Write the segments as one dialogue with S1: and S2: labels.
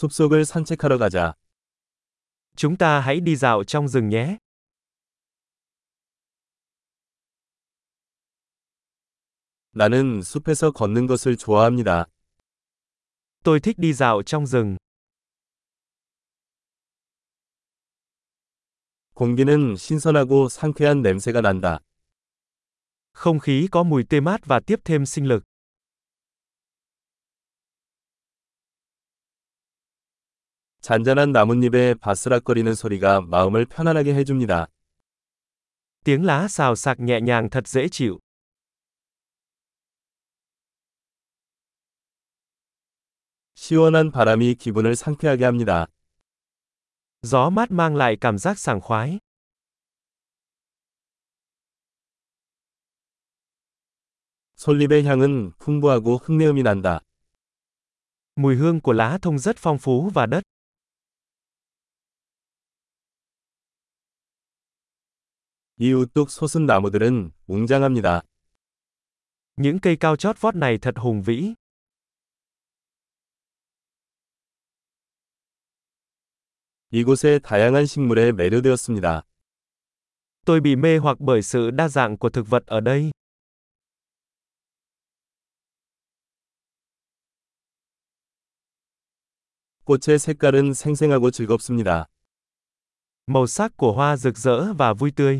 S1: 숲속을 산책하러 가자.
S2: Chúng ta hãy đi dạo trong rừng nhé.
S1: 나는 숲에서 걷는 것을 좋아합니다.
S2: Tôi thích đi dạo trong rừng.
S1: 공기는 신선하고 상쾌한 냄새가 난다.
S2: Không khí có mùi tê mát và tiếp thêm sinh lực.
S1: 잔잔한 나뭇잎의 바스락거리는 소리가 마음을 편안하게 해줍니다.
S2: Tiếng lá xào xạc nhẹ nhàng thật dễ chịu.
S1: 시원한 바람이 기분을 상쾌하게 합니다.
S2: Gió mát mang lại cảm giác sảng khoái.
S1: 솔잎의 향은 풍부하고 흙내음이 난다.
S2: Mùi hương của lá thông rất phong phú và đất.
S1: 이 우뚝 솟은 나무들은 웅장합니다.
S2: Những cây cao chót vót này thật hùng vĩ.
S1: 이곳의 다양한 식물에 매료되었습니다.
S2: Tôi bị mê hoặc bởi sự đa dạng của thực vật ở đây.
S1: 꽃의 색깔은 생생하고 즐겁습니다.
S2: Màu sắc của hoa rực rỡ và vui tươi.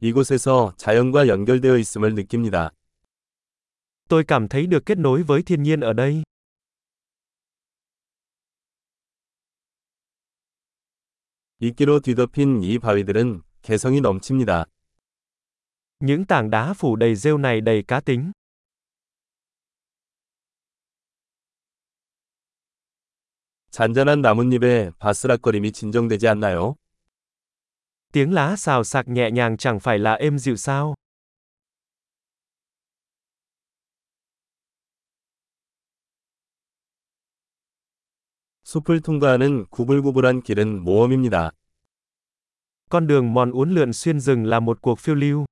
S1: 이곳에서 자연과 연결되어 있음을 느낍니다.
S2: Tôi cảm thấy được kết nối với thiên nhiên ở đây.
S1: 이끼로 뒤덮인 이 바위들은 개성이 넘칩니다.
S2: Những tảng đá phủ đầy rêu này đầy cá tính.
S1: 잔잔한 나뭇잎의 바스락거림이 진정되지 않나요?
S2: Tiếng lá xào xạc nhẹ nhàng chẳng phải là êm dịu sao?
S1: 숲을 통과하는 구불구불한 길은 모험입니다.
S2: Con đường mòn uốn lượn xuyên rừng là một cuộc phiêu lưu.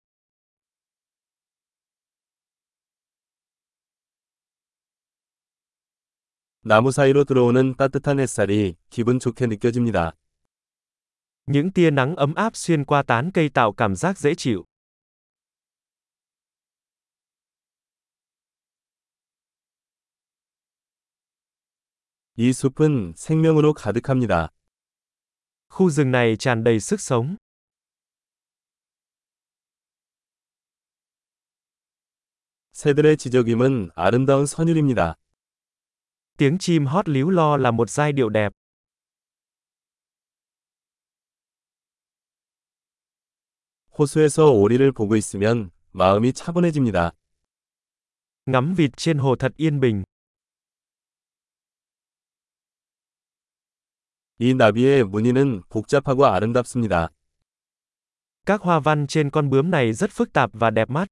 S1: 나무 사이로 들어오는 따뜻한 햇살이 기분 좋게 느껴집니다.
S2: Những tia nắng ấm áp xuyên qua tán cây tạo cảm giác dễ chịu.
S1: 이 숲은 생명으로 가득합니다.
S2: Khu rừng này tràn đầy sức sống.
S1: 새들의 지저귐은 아름다운 선율입니다.
S2: Tiếng chim hót líu lo là một giai điệu đẹp.
S1: 호수에서 오리를 보고 있으면 마음이 차분해집니다.
S2: Ngắm vịt trên hồ thật yên bình.
S1: 이 나비의 무늬는 복잡하고 아름답습니다.
S2: Các hoa văn trên con bướm này rất phức tạp và đẹp mắt.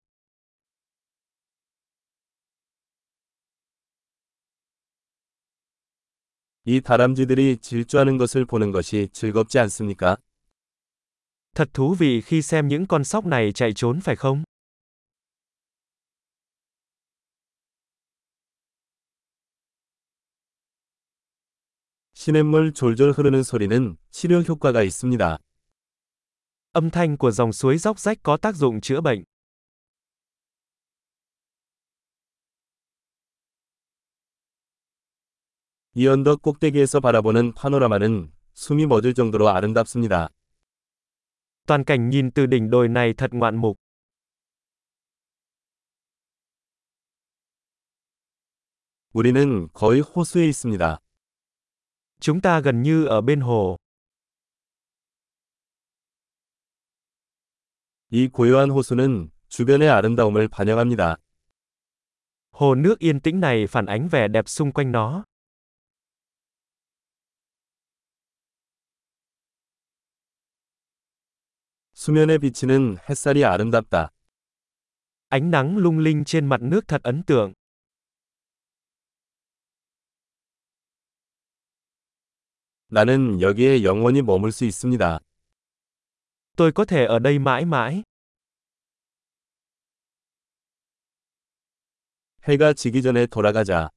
S1: 이 다람쥐들이 질주하는 것을 보는 것이 즐겁지 않습니까?
S2: Thật thú vị khi xem những con sóc này chạy trốn phải không?
S1: 시냇물 졸졸 흐르는 소리는 치료 효과가 있습니다.
S2: Âm thanh của dòng suối róc rách có tác dụng chữa bệnh.
S1: 이 언덕 꼭대기에서 바라보는 파노라마는 숨이 멎을 정도로 아름답습니다.
S2: Toàn cảnh nhìn từ đỉnh đồi này thật ngoạn mục.
S1: 우리는 거의 호수에 있습니다.
S2: Chúng ta gần như ở bên hồ.
S1: 이 고요한 호수는 주변의 아름다움을 반영합니다.
S2: Hồ nước yên tĩnh này phản ánh vẻ đẹp xung quanh nó.
S1: 수면에 비치는 햇살이 아름답다.
S2: Ánh nắng lung linh trên mặt nước thật ấn tượng.
S1: 나는 여기에 영원히 머물 수 있습니다.
S2: Tôi có thể ở đây mãi mãi.
S1: 해가 지기 전에 돌아가자.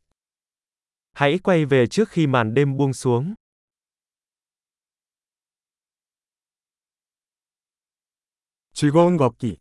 S2: Hãy quay về trước khi màn đêm buông xuống.
S1: 즐거운 걷기.